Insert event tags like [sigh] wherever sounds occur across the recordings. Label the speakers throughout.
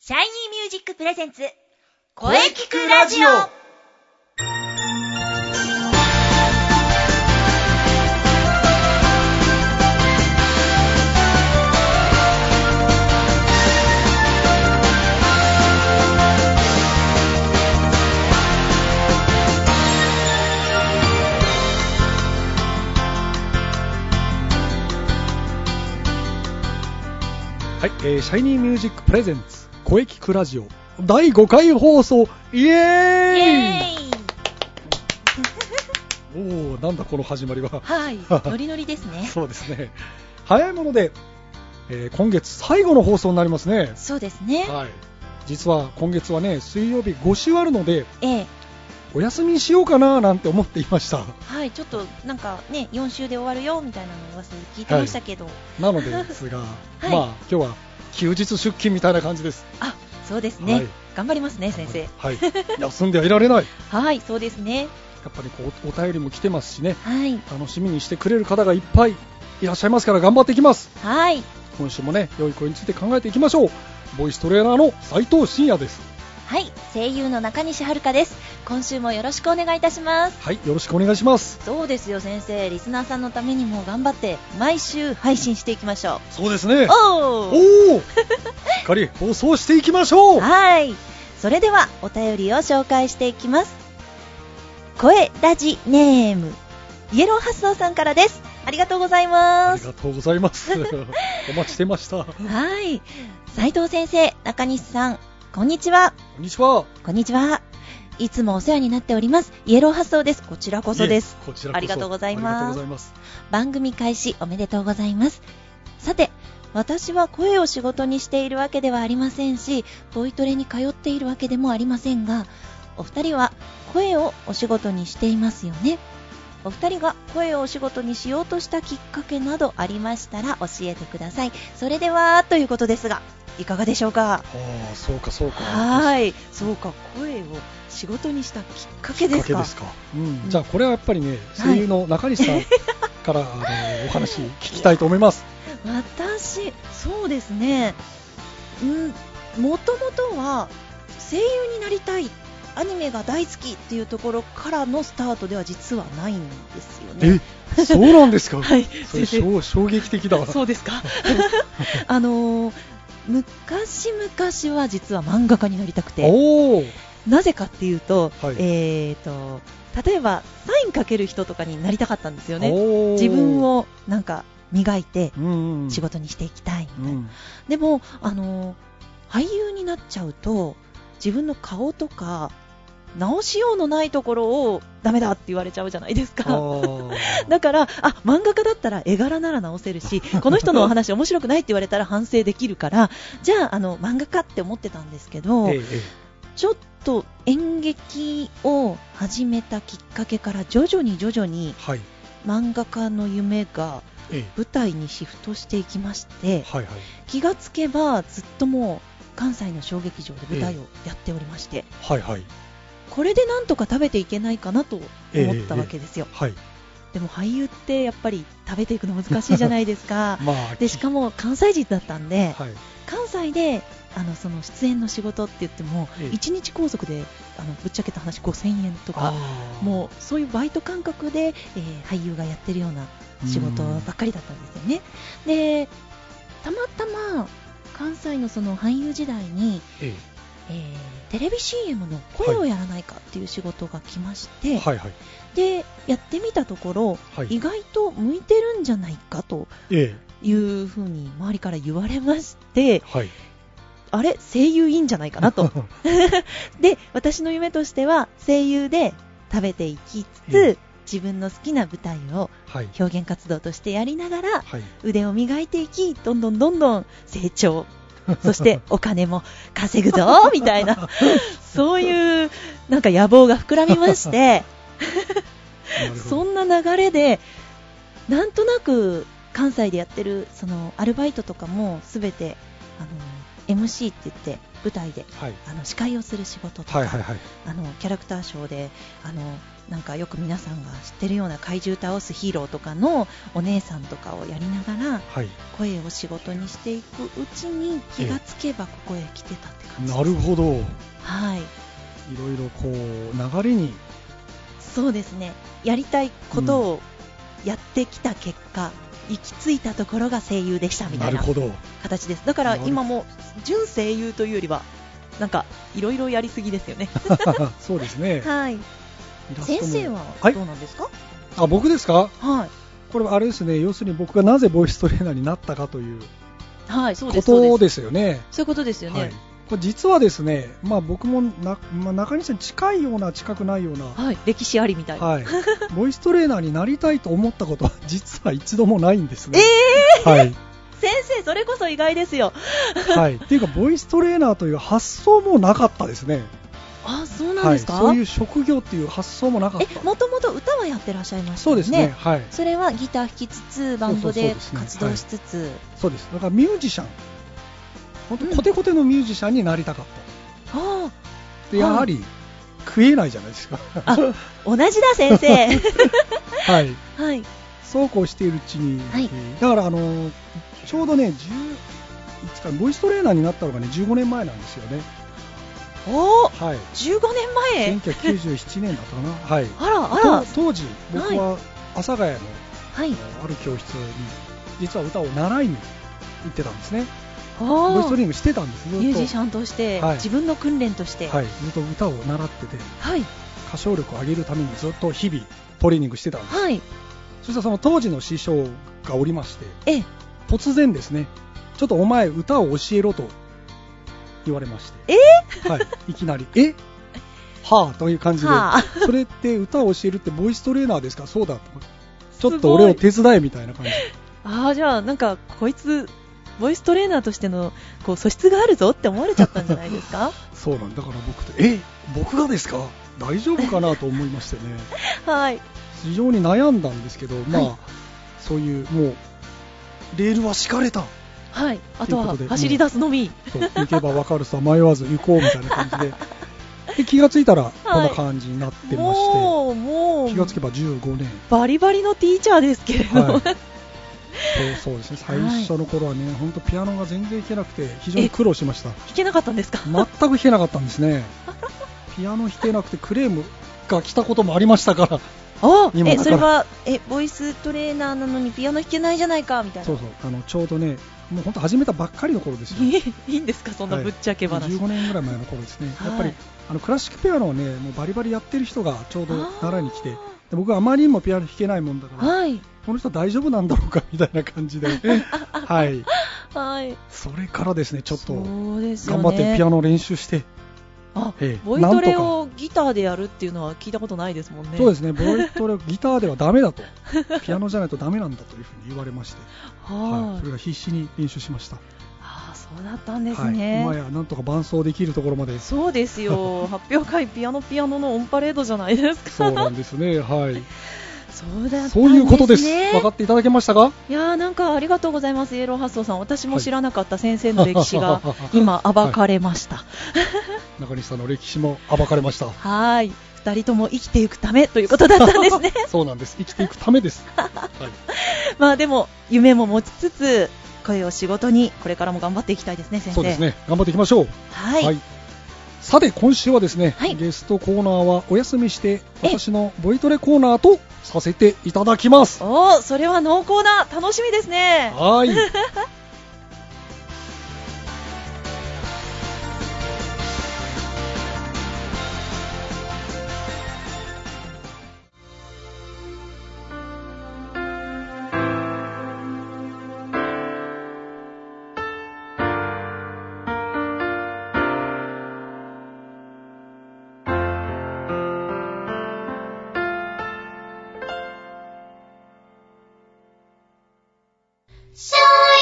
Speaker 1: シャイニーミュージックプレゼンツ、
Speaker 2: 声聞くラジオ
Speaker 3: はい、えー、シャイニーミュージックプレゼンツ声聞くラジオ第5回放送イ
Speaker 1: イ
Speaker 3: エーイ
Speaker 1: エーイ
Speaker 3: おおーなんだこの始まりは
Speaker 1: [laughs] はい、ノリノリですね。
Speaker 3: そうですね早いもので、えー今月最後の放送になりますね
Speaker 1: そうですね。
Speaker 3: はい実は今月はね水曜日5週あるので
Speaker 1: ええ、
Speaker 3: お休みしようかななんて思っていました
Speaker 1: はい、ちょっとなんかね、4週で終わるよみたいなのを噂で聞いてましたけど、
Speaker 3: なのですが、
Speaker 1: い
Speaker 3: まあ今日は休日出勤みたいな感じです
Speaker 1: あ、そうですね、
Speaker 3: はい
Speaker 1: 頑張りますね、先生。
Speaker 3: はい休んではいられない
Speaker 1: はい、そうですね。
Speaker 3: やっぱりこうお便りも来てますしね
Speaker 1: はい、
Speaker 3: 楽しみにしてくれる方がいっぱいいらっしゃいますから頑張っていきます
Speaker 1: はい、
Speaker 3: 今週もね良い声について考えていきましょうボイストレーナーの斉藤真也です
Speaker 1: はい、声優の中西遥です。今週もよろしくお願いいたします。
Speaker 3: はいよろしくお願いします
Speaker 1: そうですよ先生リスナーさんのためにも頑張って毎週配信していきましょ
Speaker 3: そうですね
Speaker 1: う [laughs] おー
Speaker 3: おおしっかり放送していきましょう
Speaker 1: はいそれではお便りを紹介していきます声ラジネームイエローハッソーさんからですありがとうござい
Speaker 3: あ
Speaker 1: ま
Speaker 3: り
Speaker 1: す
Speaker 3: がとうございます [laughs] お待ちしてましたこ
Speaker 1: はい斉藤先生中西さんこんにちは
Speaker 3: んにちは
Speaker 1: こんにちはいつもお世話になっておりますイエローハッソーですこちらこそです
Speaker 3: いえこちらこそ
Speaker 1: ありがとうございます
Speaker 3: ありがとうございます
Speaker 1: 番組開始おめでとうございますさて私は声を仕事にしているわけではありませんしボイトレに通っているわけでもありませんがお二人は声をお仕事にしていますよねお二人が声をお仕事にしようとしたきっかけなどありましたら教えてくださいそれではということですがいかがでしょうか
Speaker 3: ああそうかそうか
Speaker 1: はいそうか声を仕事にしたきっかけ
Speaker 3: きっ
Speaker 1: で
Speaker 3: か
Speaker 1: す
Speaker 3: け
Speaker 1: か
Speaker 3: ですか、うん、じゃあこれはやっぱりね声優の中西さんから、あのお話聞きたいと思います
Speaker 1: 私そうですねうんもともとは声優になりたいアニメが大好きっていうところからのスタートでは実はないんですよね。
Speaker 3: え、そうなんですか。
Speaker 1: はい
Speaker 3: それ
Speaker 1: 先生
Speaker 3: 衝衝撃的だわ。
Speaker 1: そうですか [laughs] あのー昔々は実は漫画家になりたくて
Speaker 3: おお、
Speaker 1: なぜかっていうと,、
Speaker 3: はい
Speaker 1: えー、と例えばサインかける人とかになりたかったんですよね
Speaker 3: おー
Speaker 1: 自分、をなんか磨いて
Speaker 3: うんうん、
Speaker 1: 仕、事にしていきたいみた
Speaker 3: う
Speaker 1: いな、
Speaker 3: ん、
Speaker 1: でも、あの俳優になっちゃうと自分の顔とか直しようのないところをダメだって言われちゃうじゃないです
Speaker 3: あ
Speaker 1: か。
Speaker 3: ー
Speaker 1: [laughs] だからあ漫画家だったら絵柄なら直せる
Speaker 3: [laughs]
Speaker 1: しこの人のお話面白くないって言われたら反省できるからじゃああの漫画家って思ってたんですけど、
Speaker 3: えええ
Speaker 1: ちょっと演劇を始めたきっかけから徐々に徐々に
Speaker 3: え、はい、
Speaker 1: 漫画家の夢が
Speaker 3: え
Speaker 1: 舞台にシフトしていきまして
Speaker 3: え、はいはい
Speaker 1: 気がつけばずっともう関西の小劇場で舞台をやっておりまして、
Speaker 3: はいはい
Speaker 1: これでなんとか食べていけないかなと思ったわけですよ、
Speaker 3: はい。
Speaker 1: でも俳優ってやっぱり食べていくの難しいじゃないです
Speaker 3: [laughs]
Speaker 1: か
Speaker 3: まあ、
Speaker 1: でしかも関西人だったんで、
Speaker 3: はい。
Speaker 1: 関西であのその出演の仕事って言っても、
Speaker 3: ええ
Speaker 1: 1日拘束であのぶっちゃけた話5000円とか
Speaker 3: あー
Speaker 1: もうそういうバイト感覚で、えー俳優がやってるような仕事ばっかりだったんですよね。でたまたま関西のその俳優時代に、
Speaker 3: え
Speaker 1: えーテレビ CM の声をやらないかっていう仕事が来まして、
Speaker 3: え、はいはい
Speaker 1: でやってみたところ、
Speaker 3: はい
Speaker 1: 意。外と向いてるんじゃないかと
Speaker 3: ええ、
Speaker 1: いうふうに周りから言われまして
Speaker 3: はい。
Speaker 1: あれ声優いいんじゃないかな
Speaker 3: [laughs]
Speaker 1: とで私の夢としては声優で食べていきつつ、
Speaker 3: え
Speaker 1: 自分の好きな舞台を [laughs]
Speaker 3: はい
Speaker 1: 表現活動としてやりながら
Speaker 3: はい。
Speaker 1: 腕を磨いていきどんどんどんどん成
Speaker 3: [laughs]
Speaker 1: 長そしてお金も稼ぐぞみたい
Speaker 3: [laughs]
Speaker 1: なそういうなんか野望が膨らみま
Speaker 3: [laughs]
Speaker 1: して
Speaker 3: なるほ
Speaker 1: そ
Speaker 3: ど。
Speaker 1: んな流れでなんとなく関西でやってるそのアルバイトとかも全てあの MC って言って舞台で
Speaker 3: はい
Speaker 1: あの司会をする仕事とか、
Speaker 3: はいはいはい。
Speaker 1: あのキャラクターショーであのなんかよく皆さんが知ってるような怪獣倒すヒーローとかのお姉さんとかをやりながら
Speaker 3: はい、
Speaker 1: 声を仕事にしていくうちに気がつけばここへ来てたって感じです
Speaker 3: なるほどい
Speaker 1: はい
Speaker 3: ろいろこう流れに
Speaker 1: そうですねやりたいことをやってきた結果、行き着いたところが声優でしたみた
Speaker 3: ないる
Speaker 1: な [laughs]
Speaker 3: ほど
Speaker 1: 形ですだから
Speaker 3: なる
Speaker 1: 今も純声優というよりはなんかいろいろやりすぎですよね
Speaker 3: そうですね
Speaker 1: はい
Speaker 3: イラストも
Speaker 1: 先生はいどうなんですか
Speaker 3: あ僕ですか
Speaker 1: はい
Speaker 3: これはあれですね要するに僕がなぜボイストレーナーになったかという
Speaker 1: はいそうで
Speaker 3: こ
Speaker 1: すそ
Speaker 3: と
Speaker 1: うです
Speaker 3: ですよね
Speaker 1: そういうことですよ
Speaker 3: はい
Speaker 1: ね、
Speaker 3: これ実はですね、まあ、僕もな、まあ、中西さんに近いような近くないような、
Speaker 1: はい、歴史ありみたいな、
Speaker 3: はい、ボイストレーナーになりたいと思ったことは [laughs] 実は一度もないんです
Speaker 1: え
Speaker 3: ね。はい
Speaker 1: 先生それこそ意外ですよ
Speaker 3: はい、っていうかボイストレーナーという発想もなかったですね。
Speaker 1: あそうなん
Speaker 3: は
Speaker 1: で
Speaker 3: い、
Speaker 1: すか、
Speaker 3: そういう職業っていう発想もなかっ
Speaker 1: え
Speaker 3: た。
Speaker 1: もともと歌はやってらっしゃいました
Speaker 3: そう
Speaker 1: よ
Speaker 3: ですねはい、
Speaker 1: それはギター弾きつつバンドで
Speaker 3: そうそうそうです
Speaker 1: 活
Speaker 3: ね
Speaker 1: 動しつつ
Speaker 3: そうです。だからミュージシャン、本
Speaker 1: うん
Speaker 3: 当コテコテのミュージシャンになりたかった。
Speaker 1: あ
Speaker 3: でやはり、食えないじゃないですか。
Speaker 1: あ同じだ先生
Speaker 3: [laughs]
Speaker 1: [laughs]
Speaker 3: はい。
Speaker 1: はい
Speaker 3: そうこうしているうちに、
Speaker 1: はい
Speaker 3: だからあのちょうどね、10いつかボイストレーナーになったのがね15年前なんですよね、
Speaker 1: おお
Speaker 3: はい、
Speaker 1: 15年前
Speaker 3: 1997年だったか
Speaker 1: [laughs]
Speaker 3: な、はい、
Speaker 1: あらあら
Speaker 3: と当時、僕は阿佐ヶ谷の
Speaker 1: はい
Speaker 3: あのある教室に、実は歌を習いに行ってたんですね、ボイス
Speaker 1: お
Speaker 3: ト
Speaker 1: ー
Speaker 3: レーニングしてたんです、ずっと
Speaker 1: ミュージシャンとして、
Speaker 3: はい
Speaker 1: 自分の訓練として
Speaker 3: はい、ずっと歌を習ってて、
Speaker 1: はい
Speaker 3: 歌唱力を上げるためにずっと日々、トレーニングしてたんです、
Speaker 1: はい
Speaker 3: そしたらその当時の師匠がおりまして、
Speaker 1: ええ
Speaker 3: 突然ですねちょっとお前歌を教えろと言われましてはい、いきなり「えはあ」という感じで、
Speaker 1: はあ
Speaker 3: それって歌を教えるってボイストレーナーですかそうだち
Speaker 1: ごい
Speaker 3: ょっと俺を手伝えみたいな感じ
Speaker 1: ああじゃあなんかこいつボイストレーナーとしてのこう素質があるぞって思われちゃったんじゃないです
Speaker 3: [laughs]
Speaker 1: か
Speaker 3: そうなんだから僕と「え僕がですか大丈夫かな?」と思い
Speaker 1: [laughs]
Speaker 3: ましてね
Speaker 1: はい
Speaker 3: 非常に悩んだんですけどまあ、
Speaker 1: はい
Speaker 3: そういうもうレールは敷かれた
Speaker 1: はいあと
Speaker 3: という
Speaker 1: は
Speaker 3: ことで
Speaker 1: 走り出すのみ、
Speaker 3: そう行けば分かるさ迷わず行こうみたいな感じ [laughs] でで気がついたらこんな感じになってまして、
Speaker 1: もうもう
Speaker 3: 気がつけば15年、
Speaker 1: バリバリのティーチャーですけれども、 [laughs]
Speaker 3: はいそうそうですね最初の頃はね、本当ピアノが全然弾けなくて非常に苦労しました
Speaker 1: 弾けなかったんですか、
Speaker 3: 全く弾けなかったんです [laughs] ねピアノ弾けなくてクレームが来たこともありましたから
Speaker 1: [laughs]
Speaker 3: [laughs]
Speaker 1: あ
Speaker 3: 今
Speaker 1: え
Speaker 3: だから
Speaker 1: それはえボイストレーナーなのにピアノ弾けないじゃないかみたいな
Speaker 3: そうそうあのちょうどねもう本当始めたばっかりの頃ですよ
Speaker 1: [laughs] いいんですかそんなぶっちゃけ話、
Speaker 3: 15年ぐらい前の頃ですね、
Speaker 1: はい
Speaker 3: やっぱりあのクラシックピアノをねもうバリバリやってる人がちょうど
Speaker 1: あー
Speaker 3: 習いに来てで僕はあまりにもピアノ弾けないもんだから、
Speaker 1: はい
Speaker 3: この人大丈夫なんだろうかみたいな
Speaker 1: [laughs]
Speaker 3: 感じで、はい、
Speaker 1: はい
Speaker 3: それからですねちょっと
Speaker 1: そうですよ
Speaker 3: 頑
Speaker 1: ね
Speaker 3: 張ってピアノ練習して、
Speaker 1: あ
Speaker 3: ええ
Speaker 1: ボイトレ
Speaker 3: な
Speaker 1: をギターでやるっていうのは聞いたことないですもんね
Speaker 3: そうですねボイトレギターではダメだとピアノじゃないとダメなんだというふうに言われまして、はい、
Speaker 1: は
Speaker 3: そ
Speaker 1: い
Speaker 3: れが必死に練習しました、
Speaker 1: ああそうだったんです
Speaker 3: はい、
Speaker 1: ね、
Speaker 3: 今やなんとか伴奏できるところま
Speaker 1: [laughs]
Speaker 3: で
Speaker 1: そうですよ発表会ピアノピアノのオンパレードじゃないですか [laughs]
Speaker 3: そうなんですねはい
Speaker 1: そうだったんですね
Speaker 3: そういうことです分かっていただけましたか
Speaker 1: いやーなんかありがとうございますイエローハッソーさん私も知らなかった先生の歴史
Speaker 3: [laughs]
Speaker 1: が今暴かれました
Speaker 3: 中西さんの歴史も暴かれました
Speaker 1: はい二人とも生きていくためということだったんです
Speaker 3: [laughs]
Speaker 1: ね
Speaker 3: そうなんです生きていくためです、はい
Speaker 1: まあでも夢も持ちつつ声を仕事にこれからも頑張っていきたいですね先生
Speaker 3: そうですね頑張っていきましょう
Speaker 1: はい、
Speaker 3: さて今週はですね、
Speaker 1: はい
Speaker 3: ゲストコーナーはお休みして
Speaker 1: え
Speaker 3: 私のボイトレコーナーとさせていただきます
Speaker 1: おーそれは濃厚な楽しみですね
Speaker 3: はい [laughs]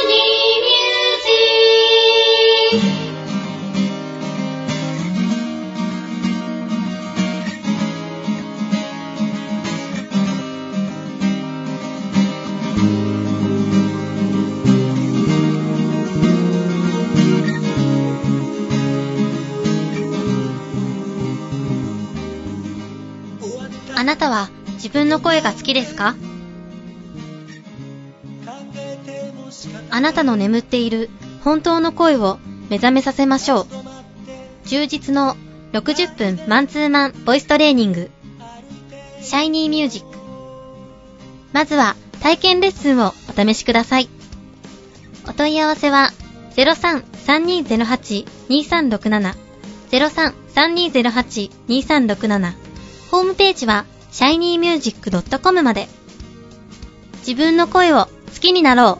Speaker 2: Shiny
Speaker 4: あなたは自分の声が好きですかあなたの眠っている本当の声を目覚めさせましょう。充実の60分マンツーマンボイストレーニング。シャイニーミュージック。まずは体験レッスンをお試しください。お問い合わせは03-3208-2367 03-3208-2367ホームページは shinymusic.com まで自分の声を好きになろう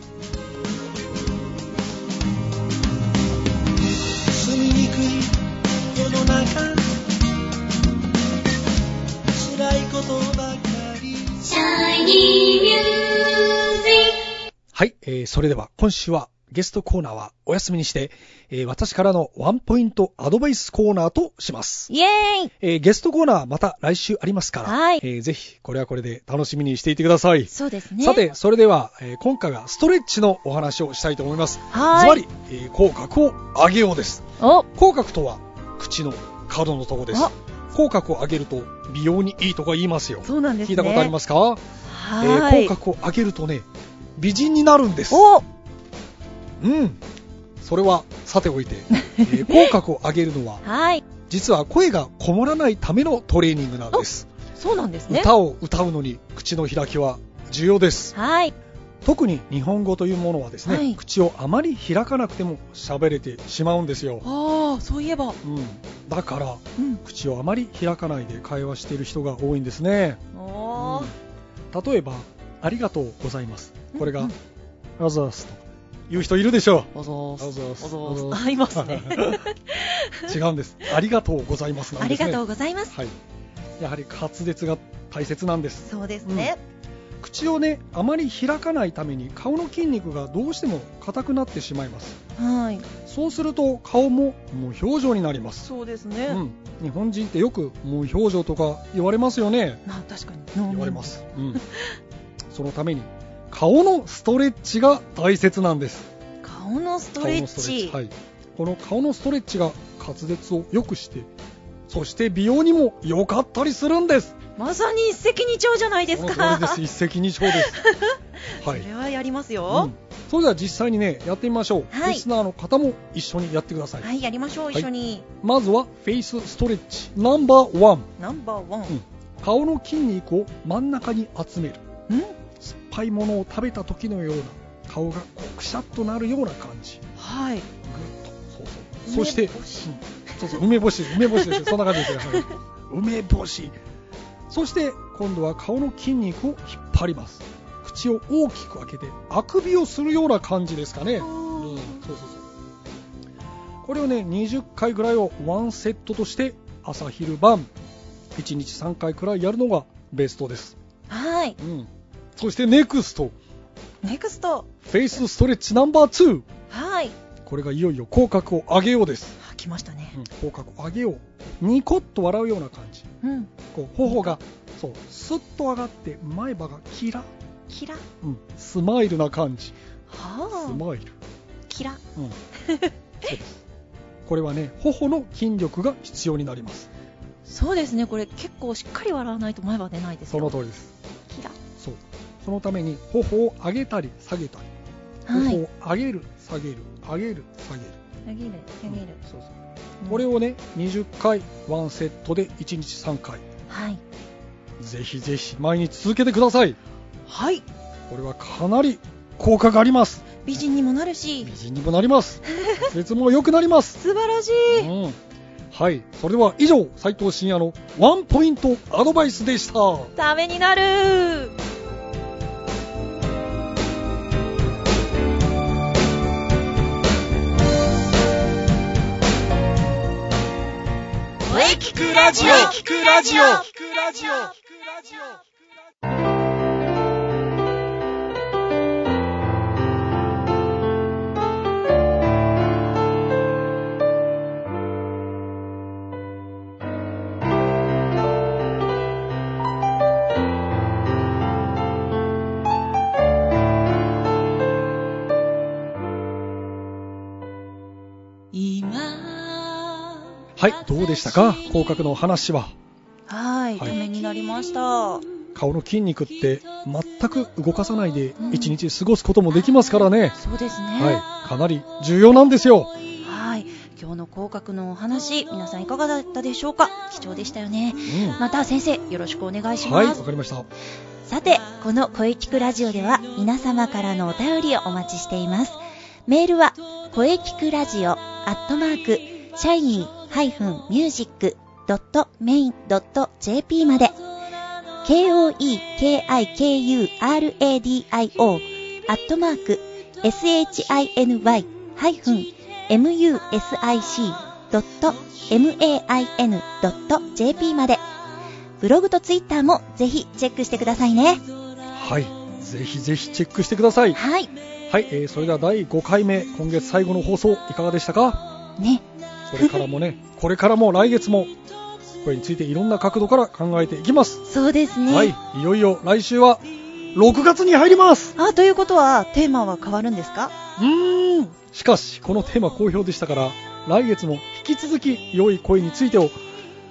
Speaker 2: 住みにくい世の中辛いことばかり
Speaker 4: Shiny Music
Speaker 3: はい、えー、それでは今週はゲストコーナーはお休みにして、えー、私からのワンポイントアドバイスコーナーとします。
Speaker 1: イエーイ
Speaker 3: えー、ゲストコーナーまた来週ありますから、
Speaker 1: はい
Speaker 3: えー、ぜひこれはこれで楽しみにしていてください。
Speaker 1: そうですね。
Speaker 3: さて、それでは、えー今回はストレッチのお話をしたいと思います。
Speaker 1: はーい
Speaker 3: ズバリ、えー口角を上げようです。
Speaker 1: お、
Speaker 3: 口角とは口の角のとこです
Speaker 1: あ。
Speaker 3: 口角を上げると美容にいいとか言いますよ。
Speaker 1: そうなんですね。
Speaker 3: 聞いたことありますか、え
Speaker 1: は
Speaker 3: ー
Speaker 1: ーい。
Speaker 3: 口角を上げるとね、美人になるんです。
Speaker 1: お、
Speaker 3: うん。それはさて
Speaker 1: [laughs]
Speaker 3: おいて、えー口角を上げるのは、
Speaker 1: はい。
Speaker 3: 実は声がこもらないためのトレーニングなんです。
Speaker 1: そうなんですね。
Speaker 3: 歌を歌うのに口の開きは重要です。
Speaker 1: はい。
Speaker 3: 特に日本語というものはですね、
Speaker 1: はい
Speaker 3: 口をあまり開かなくても喋れてしまうんですよ。
Speaker 1: ああ、そういえば。
Speaker 3: うん、だから
Speaker 1: うん。
Speaker 3: 口をあまり開かないで会話している人が多いんですね、
Speaker 1: おー。
Speaker 3: うん例えば「ありがとうございます」これ
Speaker 1: う
Speaker 3: が
Speaker 1: ん
Speaker 3: 「あざーす」と言う人いるで
Speaker 1: [laughs]
Speaker 3: しょ
Speaker 1: おぞ
Speaker 3: おぞーす
Speaker 1: おぞ
Speaker 3: おぞー
Speaker 1: ー
Speaker 3: す
Speaker 1: す。あ、い
Speaker 3: [laughs]
Speaker 1: ますね。
Speaker 3: う違うんです「ありがとうございます」な
Speaker 1: あ
Speaker 3: ん
Speaker 1: り
Speaker 3: です
Speaker 1: が
Speaker 3: ね
Speaker 1: とうございます。
Speaker 3: はい、やはり滑舌が大切なんです
Speaker 1: そうですね。
Speaker 3: 口をねあまり開かないために顔の筋肉がどうしても硬くなってしまいます
Speaker 1: はい。
Speaker 3: そうすると顔も無表情になります、
Speaker 1: そうですね
Speaker 3: うん、日本人ってよく無表情とか言われますよね
Speaker 1: まあ、確かに。
Speaker 3: 言われま。す、そのために顔のストレッチが大切なんです
Speaker 1: 顔のストレッチ。
Speaker 3: 顔のストレッチはい、この顔のストレッチが滑舌を良くしてそして美容にも良かったりするんです
Speaker 1: まさに一石二鳥じゃないです
Speaker 3: その
Speaker 1: か。
Speaker 3: 通りです一石二鳥です
Speaker 1: [laughs]
Speaker 3: はい
Speaker 1: それはやります
Speaker 3: う
Speaker 1: よ
Speaker 3: ん。それでは実際にねやってみましょう、
Speaker 1: はい
Speaker 3: リスナーの方も一緒にやってください、
Speaker 1: はい、やりましょう、
Speaker 3: はい
Speaker 1: 一緒に。
Speaker 3: まずはフェイスストレッチナンバーワン
Speaker 1: ナンバーワン。
Speaker 3: 顔の筋肉を真ん中に集める
Speaker 1: うん
Speaker 3: 酸っぱいものを食べた時のような顔がこうくしゃっとなるような感じ
Speaker 1: はい。
Speaker 3: ぐっとそうそう
Speaker 1: 梅
Speaker 3: そして
Speaker 1: 干し
Speaker 3: うんそうそう梅干し梅干しです
Speaker 1: [laughs]
Speaker 3: よそんな感じですよ、はい梅干しそして今度は顔の筋肉を引っ張ります口を大きく開けてあくびをするような感じですかね、うん、そうそうそうこれをね20回ぐらいをワンセットとして朝昼晩1日3回くらいやるのがベストです、
Speaker 1: はい。
Speaker 3: うん、そしてネクスト
Speaker 1: ネクスト。
Speaker 3: フェイスストレッチナンバー2
Speaker 1: はい。
Speaker 3: これがいよいよ口角を上げようです、
Speaker 1: あ来ましたね。
Speaker 3: 口角を上げようニコッと笑うような感じ
Speaker 1: うん。
Speaker 3: こう頬がそうスッと上がって前歯がキラ、
Speaker 1: キラ。
Speaker 3: うん、スマイルな感じス
Speaker 1: はあ。
Speaker 3: マイル
Speaker 1: キラ。
Speaker 3: うんそうですこれはね頬の筋力が必要になります
Speaker 1: そうですね、これ結構しっかり笑わないと前は出ないです
Speaker 3: そ
Speaker 1: よ。
Speaker 3: の通りです
Speaker 1: キラ。
Speaker 3: そうそのために頬を上げたり下げたり
Speaker 1: は
Speaker 3: 頬
Speaker 1: い。
Speaker 3: を上げる下げる上げる下げる
Speaker 1: あげる、あげる
Speaker 3: うん。そうそう
Speaker 1: うん
Speaker 3: これ。をね20回ワンセットで1日3回
Speaker 1: はい。
Speaker 3: ぜひぜひ毎日続けてください
Speaker 1: はい。
Speaker 3: これはかなり効果があります
Speaker 1: 美人にもなるし
Speaker 3: 美、人にもなります説も良くなります
Speaker 1: 素晴らし
Speaker 3: う
Speaker 1: い。
Speaker 3: んはいそれでは以上斉藤真也のワンポイントアドバイスでした
Speaker 1: ためになる。
Speaker 2: 声聞くラジオ声聞くラジオ
Speaker 1: 今。
Speaker 3: はいどうでしたか口角のお話は
Speaker 1: ははい、
Speaker 3: はい
Speaker 1: ためになりました。
Speaker 3: 顔の筋肉って全く動かさないで一日過ごすこともできますからね、
Speaker 1: そうですね。
Speaker 3: はい、かなり重要なんですよ
Speaker 1: はい、今日の口角のお話、皆さんいかがだったでしょうか。貴重でしたよね。また先生、よろしくお願いし
Speaker 3: はい
Speaker 1: ま
Speaker 3: わ
Speaker 1: す。
Speaker 3: かりました
Speaker 1: さて、この声聞くラジオでは皆様からのお便りをお待ちしています。メールは、声聞くラジオ、アットマーク、シャイニー -music.main.jp まで、k-o-e-k-i-k-u-r-a-d-i-o、アットマーク、shiny-music.main.jp まで、ブログとツイッターもぜひチェックしてくださいね。
Speaker 3: はいぜひぜひチェックしてください
Speaker 1: はい。
Speaker 3: はい、えーそれでは第5回目今月最後の放送いかがでした
Speaker 2: [laughs]
Speaker 3: か
Speaker 1: ね。
Speaker 3: これからもねこれからも来月もこれについていろんな角度から考えていきます、
Speaker 1: そうですね。
Speaker 3: はいいよいよ来週は6月に入ります
Speaker 1: あ、ということは、テーマは変わるんですか
Speaker 3: うーんしかしこのテーマ好評でしたから来月も引き続き良い声についてを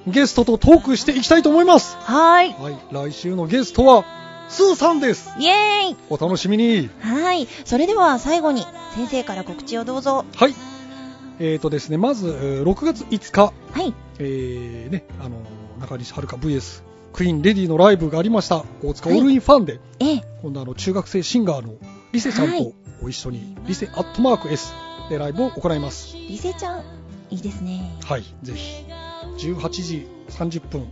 Speaker 3: ゲストとトークしていきたいと思います
Speaker 1: はい。
Speaker 3: はい来週のゲストはスーさんです
Speaker 1: イエーイ
Speaker 3: お楽しみに
Speaker 1: はい。それでは最後に、先生から告知をどうぞ。
Speaker 3: はいえーとですねまずえー6月5日
Speaker 1: はい。
Speaker 3: えーね、あの中西遥 VS クイーンレディのライブがありました大塚オールインファンで、
Speaker 1: ええ。
Speaker 3: 今度あの中学生シンガーのリセちゃん
Speaker 1: はい
Speaker 3: とご一緒に、リセアットマーク S でライブを行います
Speaker 1: リセちゃん、いいですね。
Speaker 3: はいぜひ18時30分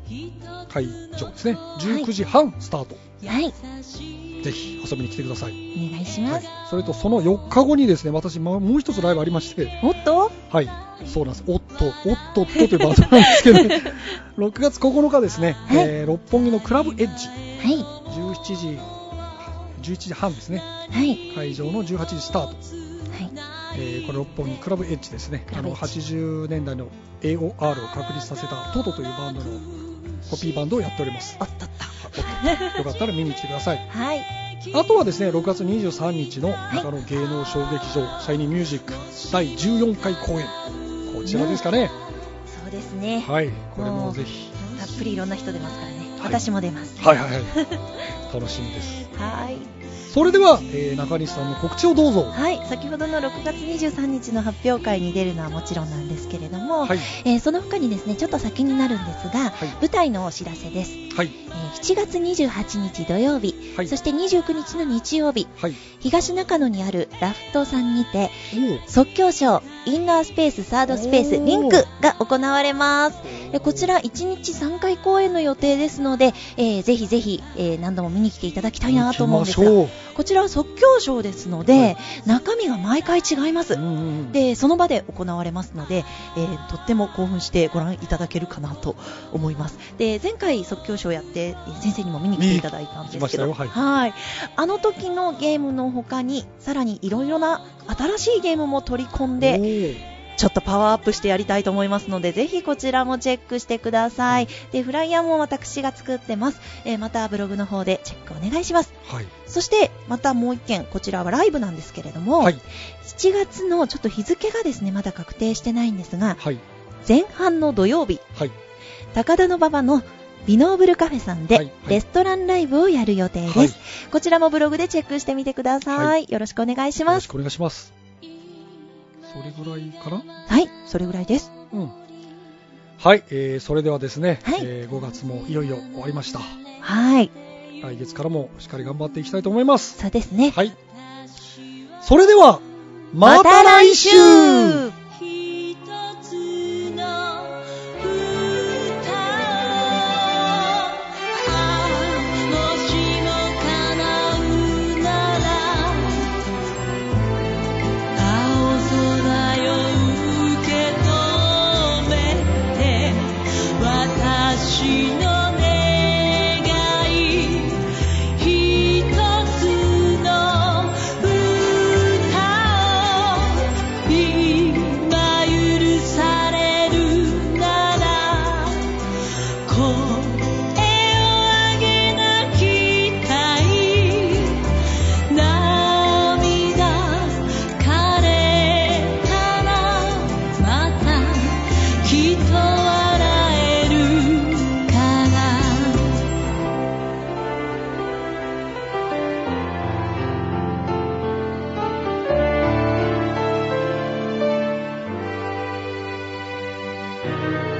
Speaker 3: 会場ですね19時半スタート、
Speaker 1: はい。
Speaker 3: ぜひ遊びに来てください、
Speaker 1: お願いし
Speaker 3: は
Speaker 1: ま
Speaker 3: い
Speaker 1: す。、
Speaker 3: それとその4日後にですね私まもう一つライブありまして
Speaker 1: おっと
Speaker 3: はい、そうなんです。おっと、おっとっとというバンドなんですけど、6月9日ですね、
Speaker 1: はい
Speaker 3: えー六本木のクラブエッジ、
Speaker 1: は
Speaker 3: 17時、11時半ですね、
Speaker 1: い。はい。
Speaker 3: 会場の18時スタート、
Speaker 1: はい。
Speaker 3: えーこれ六本木クラブエッジですね、
Speaker 1: ク
Speaker 3: あ
Speaker 1: ラブエ
Speaker 3: の
Speaker 1: ッ
Speaker 3: 80年代の AOR を確立させたトトというバンドのコピーバンドをやってお
Speaker 1: [laughs]
Speaker 3: ります。
Speaker 1: おっとっと。
Speaker 3: よかったら見に来てください。
Speaker 1: はい。
Speaker 3: あとはですね、6月23日の中野芸能小劇場、シャイニーミュージック第14回公演、こちらですかね。
Speaker 1: そうですね。
Speaker 3: はい、これもぜひ。
Speaker 1: たっぷりいろんな人出ますからね。
Speaker 3: い
Speaker 1: 私も出ます。
Speaker 3: はいは
Speaker 1: [laughs]
Speaker 3: いはい。楽しみです。
Speaker 1: はい。
Speaker 3: それでは、えー中西さんの告知をどうぞ。
Speaker 1: はい、先ほどの6月23日の発表会に出るのはもちろんなんですけれども、
Speaker 3: はい。
Speaker 1: えーその他にですねちょっと先になるんですが、
Speaker 3: はい
Speaker 1: 舞台のお知らせです、え
Speaker 3: はい。
Speaker 1: ー7月28日土曜日、
Speaker 3: はい
Speaker 1: そして29日の日曜日
Speaker 3: はい。
Speaker 1: 東中野にあるラフトさんにて
Speaker 3: おう
Speaker 1: 即興ショーインナースペースサードスペース
Speaker 3: おー
Speaker 1: リンクが行われますえこちら1日3回公演の予定ですので、えーぜひぜひ、えー何度も見に来ていただきたいなと思うんですが
Speaker 3: 行き
Speaker 1: こちらは即興ショーですので、
Speaker 3: はい
Speaker 1: 中身が毎回違いま
Speaker 3: まし
Speaker 1: す
Speaker 3: ょう。うんうんうん
Speaker 1: でその場で行われますので、えーとっても興奮してご覧いただけるかなと思いますで前回即興ショーやってえー先生にも見に来ていただいたんですけ
Speaker 3: 見
Speaker 1: ど
Speaker 3: に来ました
Speaker 1: いあの時のゲームの他にさらにいろいろな新しいゲームも取り込んでちょっとパワーアップしてやりたいと思いますのでぜひこちらもチェックしてくださいでフライヤーも私が作ってます、えーまたブログの方でチェックお願いします
Speaker 3: おうはい。
Speaker 1: そしてまたもう一件こちらはライブなんですけれども、
Speaker 3: はい。
Speaker 1: 7月のちょっと日付がですねまだ確定してないんですが
Speaker 3: はい。
Speaker 1: 前半の土曜日
Speaker 3: はい。
Speaker 1: 高田馬場のビノーブルカフェさん
Speaker 3: はい
Speaker 1: で
Speaker 3: はい
Speaker 1: レストランライブをやる予定です、
Speaker 3: はい
Speaker 1: こちらもブログでチェックしてみてください、
Speaker 3: は
Speaker 1: よろしくお願いし
Speaker 3: よろ
Speaker 1: ま
Speaker 3: し
Speaker 1: す
Speaker 3: くお願いします。それぐらいかな
Speaker 1: はいそれぐらいです
Speaker 3: うん。はい、えーそれではですね、
Speaker 1: はい
Speaker 3: え5月もいよいよ終わりました。
Speaker 1: はい
Speaker 3: 来月からもしっかり頑張っていきたいと思います。
Speaker 1: そうですね、
Speaker 3: はい。それでは、また来週
Speaker 2: 一つの歌もしも叶うなら青空を受け止めて私の願い一つの歌を今「